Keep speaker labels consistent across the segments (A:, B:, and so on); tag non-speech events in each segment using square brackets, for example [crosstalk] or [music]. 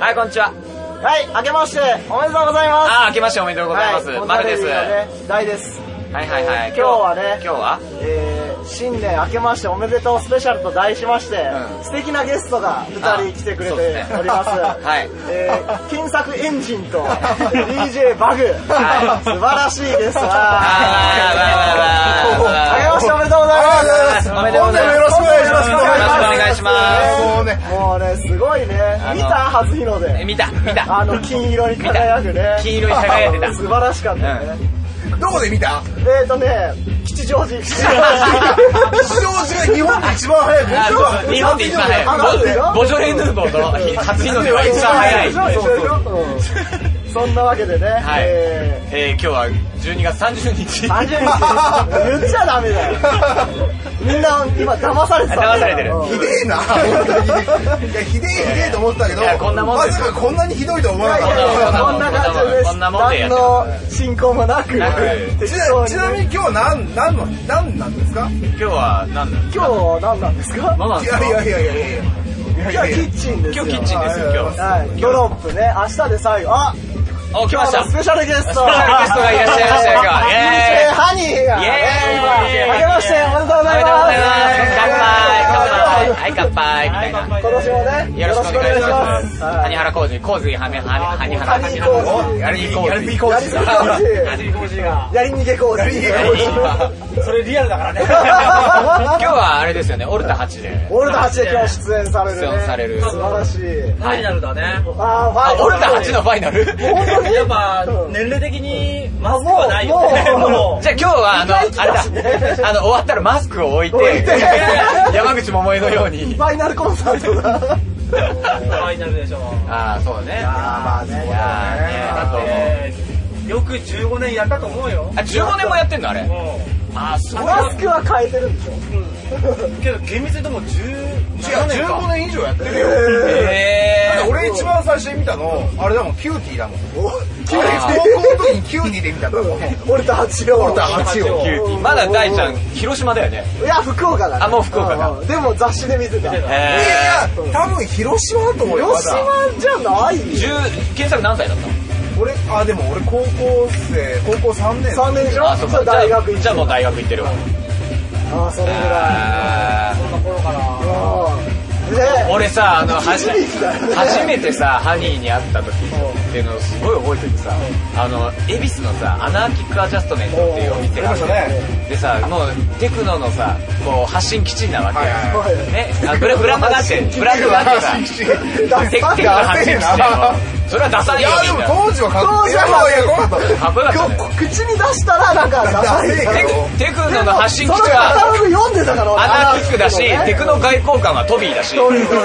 A: はい、こんにちは。
B: はい、明けまして、おめでとうございます。
A: あー、明けましておめでとうございます。
B: は
A: まるです。
B: こん
A: は
B: ないテレビのね、大です。
A: はいはい。
B: 今日はね
A: 今日は
B: えー、新年明けましておめでとうスペシャルと題しまして、
A: うん
B: 素敵なゲストが2人来てくれており [laughs] ます。
A: あそうですねはい
B: えー、金作エンジンと DJ バグ、
A: はい
B: [laughs] 素晴らしいです。
A: あーわーわーわーわー
B: あげましておめでとうございます。
A: おめでとうございます
B: 本年もよろしくお願いしま
A: よ
B: す。
A: ろしくお願いします
C: もうね
B: もうね、すごいね
A: あの。
B: 見た初日の
A: え
B: 出。
A: 見た、見た。
B: あの、金色に輝くね。
A: 金色に輝いてた。
B: [laughs] 素晴らしかったよね。
C: どこで見た
B: えーとね、吉祥寺。吉祥
C: 吉祥寺が日本で一番早いでしょ
A: あそうそう日本で一番
B: あそうだ
A: 早
B: よ
A: い。ボボジョレ・ヌーボーと初日の出は一番早い。
B: [laughs] そうそうそうそんなわけでね、
A: はい
B: え
A: えー、今日は12月30日。
B: ー、30日言っちゃダメだよ。みんな今騙されてた。
A: 騙されてる
B: うん
C: ひでえな、本当にひでえ。いや、ひでえひでえと思ってたけど、
A: いやこんなもん
C: ま
A: です
C: さかこんなにひどいとは思
B: い
C: わ
B: や
C: ないか
B: やいや
C: っ
B: こんな感じです。
A: こんなもんでやっ
B: 何
A: ちゃ
B: の進行もなく
A: なく。
C: た。
B: 適
C: ち
B: 当
C: な
B: に
C: ちなみに今日は何、何の、何なんですか
A: 今日は何なの
B: 今日は何なんですか
A: ママ
C: いやいやいやいやいや
B: 今日はキッチンです
A: 今
B: よ。
A: 日キッチンですよ、今日。
B: はい、ドロップね、明日で最後。あ
A: お、
B: [laughs]
A: 来ました。
B: スペシャルゲス
A: スペ
B: ト。
A: シャルゲストがいらっしゃいましたよ今日イエーイ
B: えーハニー
A: イ
B: が。
A: エーイ
B: あけましておめでとうご
A: おめ
B: ざい
A: でとうございま
B: ます。
A: す。乾杯、乾杯。はい、乾杯。みたいな。
B: 今年もね、
A: よ
B: よ
A: ろ
B: ろ
A: し
B: し
A: くお
B: く
A: 願
B: お
A: い
B: 願い
A: し
B: し
A: ま。
B: ますす。
A: 谷原浩二、浩二、はめ、はめ、谷原、谷原浩二。やりに行こう。
C: やる気工事だ。
B: やり逃げ工事が。やり逃げ工事。
D: それリアルだからね。
A: 今日はあれですよね、オルタ8で。
B: [laughs] オールド8で今日出演されるね。
A: 出演される
B: 素晴らしい。
D: ファイナルだね。
B: あー、フ
A: あ、
B: ァイ
A: オルタ8のファイナル [laughs] じ
B: 本当に
D: やっぱ
B: うん、
D: 年齢的にマスクはないよね。
B: もうもう
D: [laughs] も
A: ゃあ今日はあの、あれだ、あの、終わったらマスクを置いて
B: 置いて、
A: 山口百恵のように [laughs]
B: フ。ァイナルコンサートだ。
D: うファイナルでしょ。
A: ああ、そうね。
B: まあね
A: いやーね、だ
D: えーよく15年やったと思うよ。
A: と。あ、15年もやってんのあれ。
D: も
A: あー、すごい。
B: マスクは変えてるんでしょ
D: うけど厳密にでも17
C: 違
D: 年
C: う、15
D: か。
C: 年以上やってるよ。
A: え
C: だっ
A: ー。
C: て俺一番最初に見たの、あれだもん、キューティーだもん。キューティー高校の時にキューティーで見たんだもん。
B: オルタ8を。
C: オルタ8を
A: キューティーまだ大ちゃん、広島だよね。
B: いや、福岡だね。
A: あもう福岡か
B: うんでも雑誌で見てた。
D: 見て
B: 広
C: い
D: た
A: え
C: やいや、多分広島だと思うよ。まだ
B: 島じゃない
A: ー。十、検索何歳だったの
C: 俺、あ、でも俺高校生、高校3年。
B: 三年でしょ
A: あ、そっ
B: そう
A: か。
B: 大学行
A: じゃ
B: って
A: あじゃあもう大学行ってるわ。
B: ああ、それぐらい。
A: あー
D: そんな頃から。
B: うんで、
A: 俺さ、あの、はじ [laughs]
B: 一時期だよね
A: 初めてさ、ハニーに会った時っていうのをすごい覚えててさ、あの、恵比寿のさ、アナーキックアジャストメントっていうお店があって
C: ありました、
A: でさ、もう、テクノのさ、こう、発信基地なわけよ
C: はいは
A: [laughs]
C: い
B: はい。
A: ね、あブラブランドがあ [laughs] って、ブランドがあってさ、
C: い
A: テクテクノの発信基地だよ。それは出さねえよ
C: や、で
A: み
C: も
A: たいな。
C: 当時はかっこいい。いや、いや、こうだっ
A: かっこよかったね。
B: こ口に出したらなんかダサい
C: ダセえ
A: テ
C: よ
A: クテクノの発信基
B: その
A: 地
B: カタ
A: は
B: ログ読んでたから俺
A: アナーキックだし、
B: あー
A: テクノ外交官はトビーだし。
B: そうそう
A: そう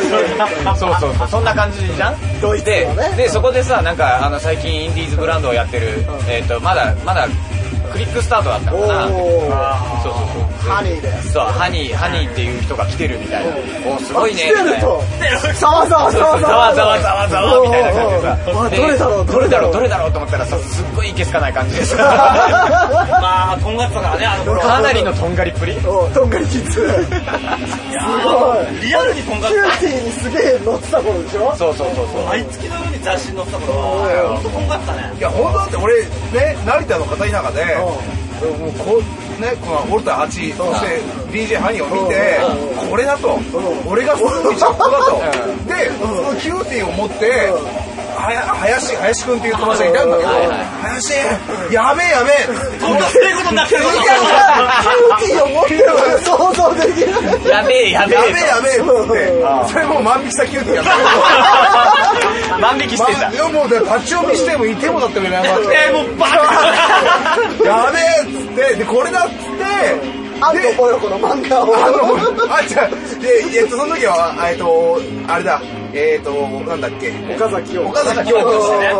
A: そうそう、そんな感じじゃん
B: ドイツ
A: で
B: のね、
A: で、そこでさ、なんか、あの、最近インディーズブランドをやってる、えっと、まだ、まだ、クリックスタートだったか
B: お
A: な。
B: ー
A: そうそうそう。
B: ハニーです
A: そう、ハニー、ハニーっていう人が来てるみたいな。おすごいね。
B: 来て
A: みた
B: る
A: いな
B: とざわざわざ
A: ざ
B: わざ
A: わざわざわざわみたいな感じで
B: おーおーお
A: さ
B: ー
A: で
B: どれだろう
A: ど
B: ど
A: れ
B: れ
A: だ
B: だ
A: ろ
B: ろ
A: う
B: う
A: どれだろうと思ったらさすっごいいけすかない感じで
B: [laughs]
A: さ
D: まあ、とんがってたからね、あの頃。
A: かなりのとんがりっぷり
B: おーどんがりキッズすごい
D: リアルにとんがっ
B: キュ
D: て
B: ーティーにすげえ乗ってた頃でしょ
A: そうそうそうそう
D: た。毎月のように雑誌に載ってた頃は、ほんととんがってたね。
C: いや、本当だって俺、ね、成田の片田舎で、もうこう、ね、このウォルター8、そして DJ ハニーを見て、これだと、俺がすぐにチャップだと。で、そのキューティーを持って、はや林、林くんっていう友達がいたんだけど、林、やべえやべえ
D: とんがってることになって
B: い
D: る
B: やキューティーを持ってるから想像できる
A: やべえやべえ
C: やべえやべえっつって、それもう万引きしたキューティーやったけど。
A: 万引きしてんだ
C: いやもうだから立ち読みしてもいてもだってもやばくて
A: えもうバカ
C: [laughs] やべえっつってでこれだっつって
B: 安藤ぽよこの漫画を
C: あのあ違うでえっとその時はあえっとあれだえっとなんだっけ
B: 岡崎を
C: 岡崎京子ですね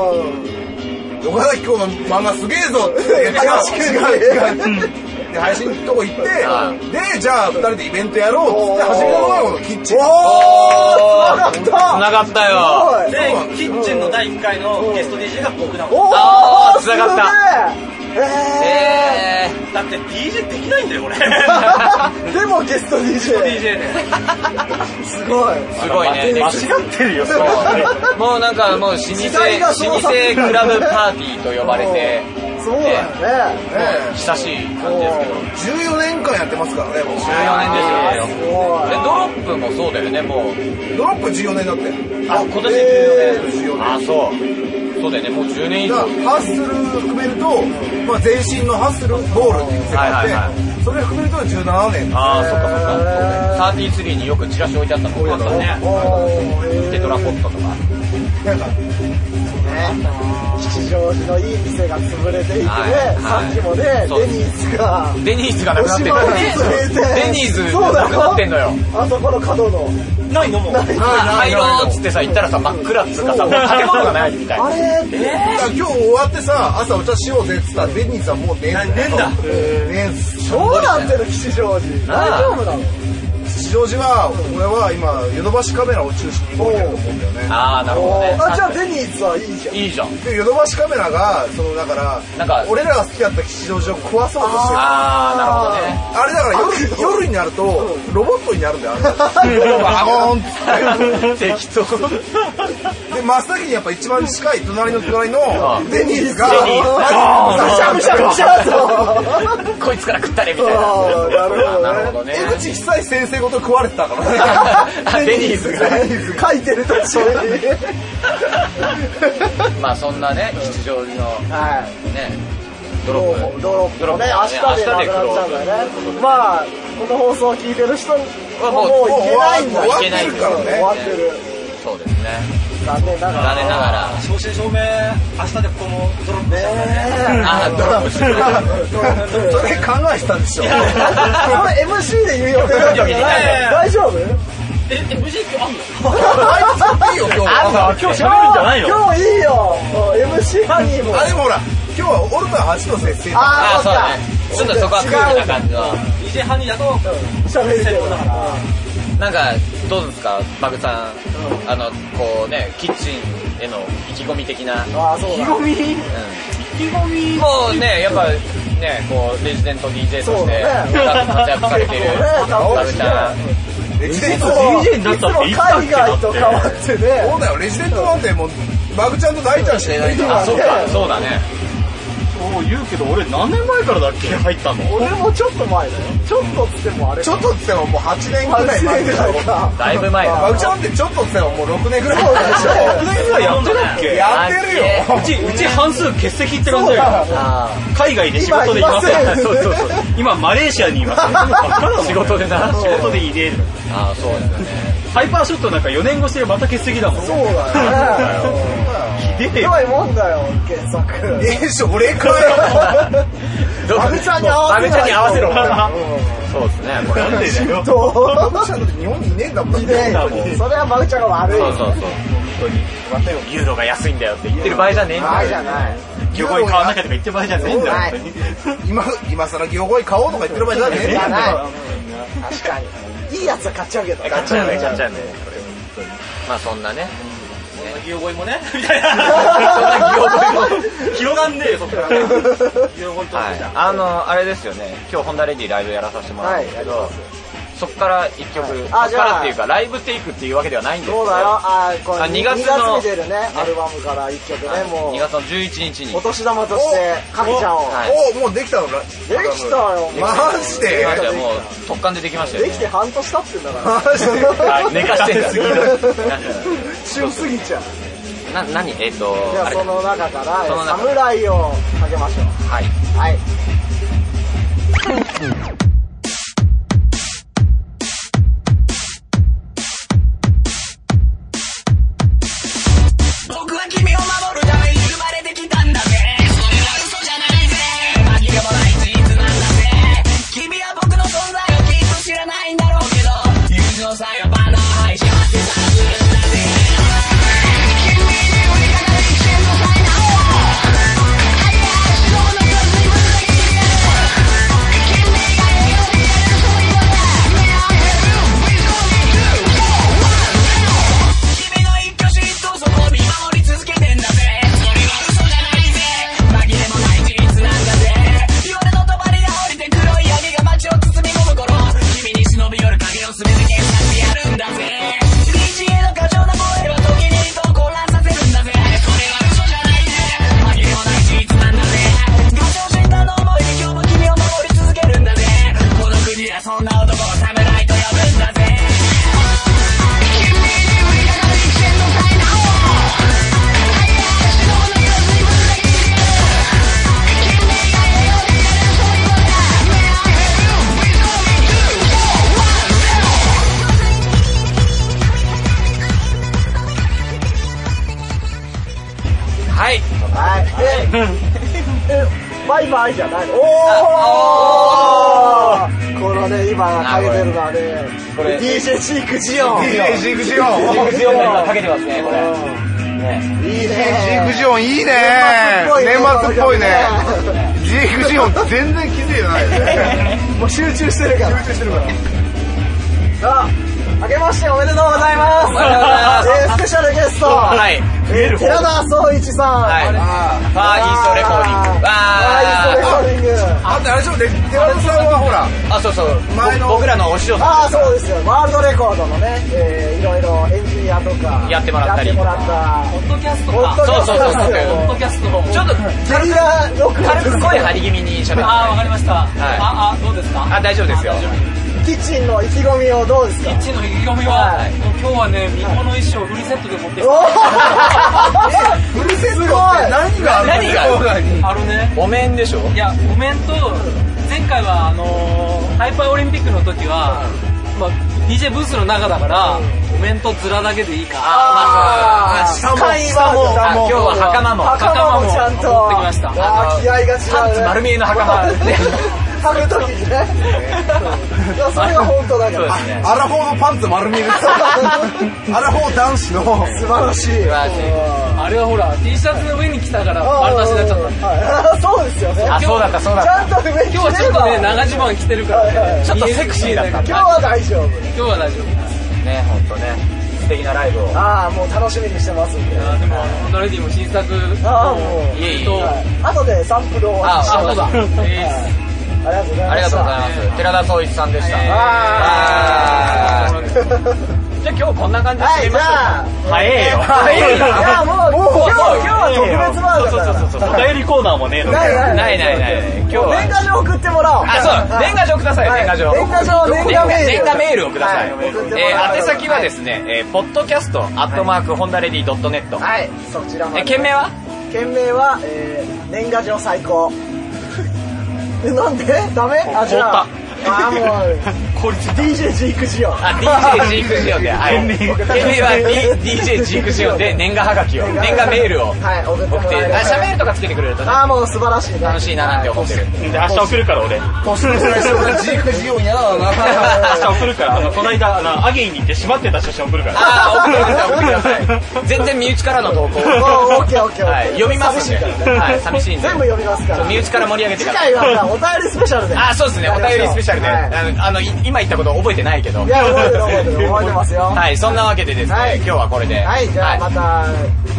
A: [laughs]
C: 岡崎京の漫画すげえぞって違う違う違う違うで配信のとこ行って
A: う
C: でじゃあ2人でイベントやろうっつって始めたのがこのキッチン
B: おー
A: ー
B: 繋が
A: 繋
B: った
A: がったよ。
B: すごい
D: で、キッチンの第1回のゲスト DJ が僕なの。
B: お
A: あ
B: ー
A: ー繋がった
B: すげええ
A: え
D: だって DJ できないんだよ、これ。
B: ーでもゲスト
D: DJ
B: DJ
D: で。
B: すごい
A: ー、すごいね。
E: 間違ってるよ、それはね。
A: そう [laughs] もうなんかもう老舗、
B: 時代がそう
A: 老舗クラブパーティーと呼ばれて、
B: そうだよね
C: ね
A: 親しい感じですけど。
C: 14年間やってますからねもう
A: 14年ですよね。
B: お
A: で、ドロップもそうだよね、もう。
C: ドロップ14年だって
A: あ、今年
B: え
A: 14年。あ、そう。そうだよね、もう10年以
C: だ
A: 上。
C: からハッスル含めると、まあ、全身のハッスルボールっていう世界で、
A: はいはい
C: それ含めると17年
A: ああ、そっかそっか。そう
B: えー
A: だよね。33によくチラシ置いてあったの。
C: 置いてあった
A: ね。
B: おー
A: テトラポットとか。
C: なんか
B: ね吉祥寺のいい店が潰れていてね
A: はい
B: さっきもね
A: そう
B: デニーズが
A: デニーズがなくなってん
B: お芝居
A: の
B: 続いて
A: デニーズ
B: そ
A: が
B: うだ
A: なく
B: よ
A: なってんのよ。
B: あそこの角の
D: ないのもう。
B: ない
A: 入ろうっつってさ、行ったらさ、真っ暗っつうかさ、もう建物がないみたいな。
B: あれって
C: だから今日終わってさ朝お茶しようぜっつったらデニーさんもう寝んだ
D: 寝んだ
C: 寝んす
B: どうなってる吉祥寺
A: あ
B: 大丈夫なの
C: 吉祥寺は俺は今ヨドバシカメラを中心に動いてると思うんだよね
A: ああ、なるほどね。
B: あじゃあデニーズはいいじゃん
A: いいじゃん。
C: でヨドバシカメラがそのだから
A: なんか
C: 俺らが好きだった吉祥寺を壊そうとしてるあ
A: あー、なるほ
C: れだから夜夜になるとロボットになるんだよあ
A: [laughs]
C: れバゴーンっつって
A: どね。適当。
C: で真っ先にやっぱ一番近い隣の隣の
A: うん
C: デニーズが
A: デニーズ
C: マジでむしゃむしゃむしゃ
A: こいつから食ったれみたい
B: あ
A: な。
B: ー
A: な
B: な
A: る
B: る
A: ほど
B: ほ
A: [laughs]
B: ど
A: ね。
C: 江口久井先生ごと食われてたからね
A: デニーズが。
B: 書いてる途中に
A: まあそんなね、吉祥寺の
B: はい
A: ね、ド
B: ド
A: ロップ。
B: ロップのね、明日でなくなっちゃうんだよね。まあ、この放送を聞いてる人は
A: もう
B: もう
A: もう
B: いけないんだ
A: 終わ
B: よ
A: ってるからね
B: 終わってる。
A: そうですね。
B: 残念ながら。
A: 残念ながら。
D: 正真正銘、明日でここもドロップしたからね。
B: ね
A: あー、ドロップしてる。
B: ドロップ
C: それ考えてたんでしょ
B: これ MC で言う予定だったから [laughs] 大丈夫
D: え、え、無事行くあんの
C: あいついいよ今日は
E: あ、今日喋るんじゃないの
B: 今日いいよ !MC ハニーも。
C: あでもほら今日はオルタ8の先生だ
A: あー、
B: あ
A: そうだね。ちょっとそこはクールな感じの。
D: ?DJ ハニーだと、
B: ー、そうだ。喋るけど。
A: なんか、どうですか、マグさん。あの、こうね、キッチンへの意気込み的な。
B: ああ、そうだ。
A: うんもうね、やっぱ、ね、こう、レジデント DJ とし
B: そう
A: て、
B: だね
A: 活躍されてる、マグちゃん。
C: レジデ
B: い
C: ン
B: つ
C: ト
B: も海外と変わってね
C: そ。うだよレジデントなんてもうマグちゃんと大ちゃんしかいないんだ
A: あ、そうか、そうだね。
E: そう言うけど、俺何年前からだっけ入ったの
B: 俺もちょっと前だよ。ちょっとっつってもあれ。
C: ちょっとっつってももう8年
B: マ
C: ぐらい前
B: ぐ
C: でしょ
B: らいか。
A: だいぶ前だ。
C: マグちゃんってちょっとっつってももう6年ぐらい
E: 6年ぐらいやってたっけ
C: やってるよ
E: うち、うち半数欠席って感じだよ。
A: あ
E: 海外で仕事でいませ
B: 今いませ
E: ん。
B: ん
E: そうそうそう。今、マレーシアにいま
A: [laughs]
E: す。
A: 仕事でな
E: 仕事でいねえの
A: あー、そうだね。
E: ハイパーショットなんか4年越しでまた欠席だもん。
B: そうだよね。
E: ひでえ
B: ひ
E: よ。
B: どいもんだよ、原作。
C: えそれかよ
B: マグちゃんに合わせろ
A: マグちゃんに合わせろ。
B: う
A: そうですね、これ。
E: なんでだよ。
B: ど
C: マ
B: う
C: グちゃんだって日本にいねえんだもん
B: ひでえよそれはマグちゃんが悪い。
A: そうそうそう。
C: 待てよ
A: ユーロが安いんだよって言ってる場合じゃねえん
B: あ
A: だ
B: れじゃ
A: よ。
B: ない。
E: 魚声買わなきゃとか言ってる場合じゃねえんだよ、本当に。
C: 今今更魚声買おうとか言ってる場合じゃねえん
B: じゃ
C: だよ
B: ない。確かに。いいやつは買っちゃうけど。
A: ガチャンね、ガチャンね。まあそんなね。[laughs]
D: ギオゴイもね、みたい
A: なギオ
D: な。広がんねえよ、そっから。ギオゴイと
A: はい。あの、あれですよね。今日ホンダレディライブやらさせてもらうんですけど、そっから一曲、そっ
B: あじ
A: か
B: ゃあ
A: らっていうか、ライブテイクっていうわけではないんですけど、
B: そうだよ。あ、これ
A: あ
B: 2
A: 2
B: 月
A: 月
B: に
A: の
B: 出るね、アルバムから1曲ね、も
A: 2
B: う。
A: 月の11日に
B: お。年玉として、かけちゃおう。
A: はい
C: おもうできたので
B: できたよ。
C: マジで
A: なんかもう、突貫でできましたよ
B: で
A: ね
B: き。て半年経ってんだから。
C: マジで
A: あ寝かしてんだ
E: 寝
B: 旬すぎちゃう。
A: な、何えっと
B: じ、ゃ
A: あ
B: あ
A: れ
B: そ。の中から、
A: その中
B: 侍をかけましょう。
A: はい。
B: はい。
F: 僕は君を守るために生まれてきたんだぜそれは嘘じゃないぜ紛れもない事実なんだぜ君は僕の存在をきっと知らないんだろうけど友情さえはバナー配信はてさするんだぜ君に振りかかる一瞬の才能を早く死のうの数にぶつけてやる君
A: はい
B: はい。で、え、バイバイじゃないのおーこのね、今、かけてるのはね、
A: これ
B: DJ シークジオン。
C: DJ シークジオ
A: ジ
C: ン
A: グジオも今かけてますねこれね
B: うんいいね。
C: ジークジオンいいね
B: 年
C: 年
B: 末
C: 末
B: っ
C: っ
B: ぽ
C: ぽ
B: い
C: い
B: ね
C: ねジークジオン全然気づいてないね
B: もう集中してるから。
C: 集中してるから
B: さあ、明けましておめでとうございます。
A: おめでとうございます
B: えースペシャルゲスト、
A: はい
B: えー寺田総一さん。
A: はい
C: あ
A: ファーイーストレコーディング
B: あ
A: わ
B: ーイーストレコーディング。
C: ああとあれでしょで寺田さんはほら
A: ーあそうそう
C: 前の
A: ぼ僕らのお師匠さん
B: ああ、そうですよ。ワールドレコードのね、えー、いろいろエンジニアとか、
A: やってもらったり
B: やってもらった
D: ポッドキャスト
B: ポッ
D: か。
B: ドキャス
A: そう
B: ト
A: そう
B: です
A: そう
B: よ。
D: ポッドキャスト
A: ちょっと軽く
B: ゲリラ録音
D: の方も
A: 声張り気味に喋って
D: ああ、わかりました。
A: い
D: あ、あ、どうですか
A: あ大丈夫ですよ
D: あ大丈夫
B: キッチンの意気込みをどうですか
D: キッチンの意気込み
B: は
D: は、
B: い
D: もう今日はね、巫女の衣装をフルセットで持ってき
B: お
D: た。
B: ー
C: フルセット
B: すご
C: って
B: い
C: 何がある
A: 何がある
C: の
D: あのね、
A: お面でしょ
D: いや、お面と、前回はあのー、ハイパーオリンピックの時は、まあ、DJ ブースの中だから、お面と面だけでいいから、
B: あー
C: 下も
B: 会話
C: 下も
B: 下
A: あ今日は袴も
B: 袴もちゃんと。
D: 持ってきました
B: あー気合が違う、ね。
A: パンツ丸見えの [laughs] 袴
B: [laughs] ね。履くと
A: [laughs]
B: きにね。いや、それが本当だか
A: そうで
B: ら。
A: すね
C: アラフォーのパンツ丸見えですアラフォー男子の
B: 素晴らしい。素晴
A: らしい
D: あれはほら、T シャツの上に着たから、丸出しになっちゃったんで。
B: った。そうですよね。
A: あそうだったそうだっ
B: ち
A: た
B: ゃんと上着
D: 今日は
B: れ
D: ちょっ
B: ば
D: とね、長ズボン着てるから
B: はいはい
D: ね。
A: ちょっとセクシーだったんだ
B: 今日は大丈夫。
D: 今日は大丈夫。
A: ね本当ね素敵なライブを
B: ああ、もう楽しみにしてますんで。
D: あでも、ホンダレディも新作
B: ああ、もう。
A: いえいえ
D: と、
B: はい後でサンプルをお渡しし
A: あ
B: ま
A: そう
B: す
A: だ
B: はいありがとうございました。
A: ありがとうございます寺田総一さんでした
D: えー
A: わーじゃあ今日こんな感じで
B: は
A: 締
B: い、
A: め
B: じ
A: ましょう
B: ゃあ。
E: 早えよ。
A: 早い
B: いや、もう、もう、今日、今日は特別バージョンだから。
E: そうそうそう。お便りコーナーもねえの
B: ない
E: か
B: ない
A: ないないない今日
B: 今日年
A: は
B: 賀状送ってもらおう。
A: あそう年賀状ください年賀状
B: 年賀状、年賀メー
A: 年
B: ル。
A: 賀メールをください、
B: は送っても
A: え
B: ら
A: ー
B: う
A: 宛先はですね、えー、ポッドキャストアットマークホンダレディドットネット
B: はい、そちらまで。
A: え件名は
B: 件名は、えー、年賀状最高。 [laughs] え、なんでダメあ、じゃあ。あ、
A: [laughs]
B: もう、こいつ DJ ジークジオン。
A: あ DJ ジークジオンで、はい、件名は D- DJ ジークジオンで年賀はがきを年賀メールを送って
B: はい、送ってもらえれば
A: あ喋るとかつけてくれるとね
B: あ、もう素晴らしいね。
A: 楽しいななんて思ってる
E: で、明日送るから俺。明
B: ポスト最初
C: ジークジオン嫌だ
B: な
C: な
E: 日送るから、あの、この間、あの、アゲインに行って縛ってた写真送るから。
A: ああ送ってください送ってください全然身内からの投稿
B: おオッケーオッケーオッケー
A: はい読みますんで
B: 寂しいからね
A: はい寂しいんで
B: 全部読みますから。
A: 身内から盛り上げてく
B: 次
A: ださい
B: 回はさお便りスペシャルで。
A: あ、そうですね。お便りスペシャルで、
B: はい
A: あの、あのい今言ったこと覚えてないけど
B: い。や、覚えてる覚えてる。覚えてますよ。は
A: はい、そんなわけでですね、
B: はい
A: 今日はこれで。
B: い、じゃあまた、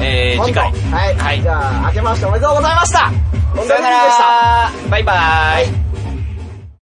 A: えー、次回。
B: 今度はい、
A: はい
B: じゃあ、明けましておめでとうございました。
A: さよならバイバイ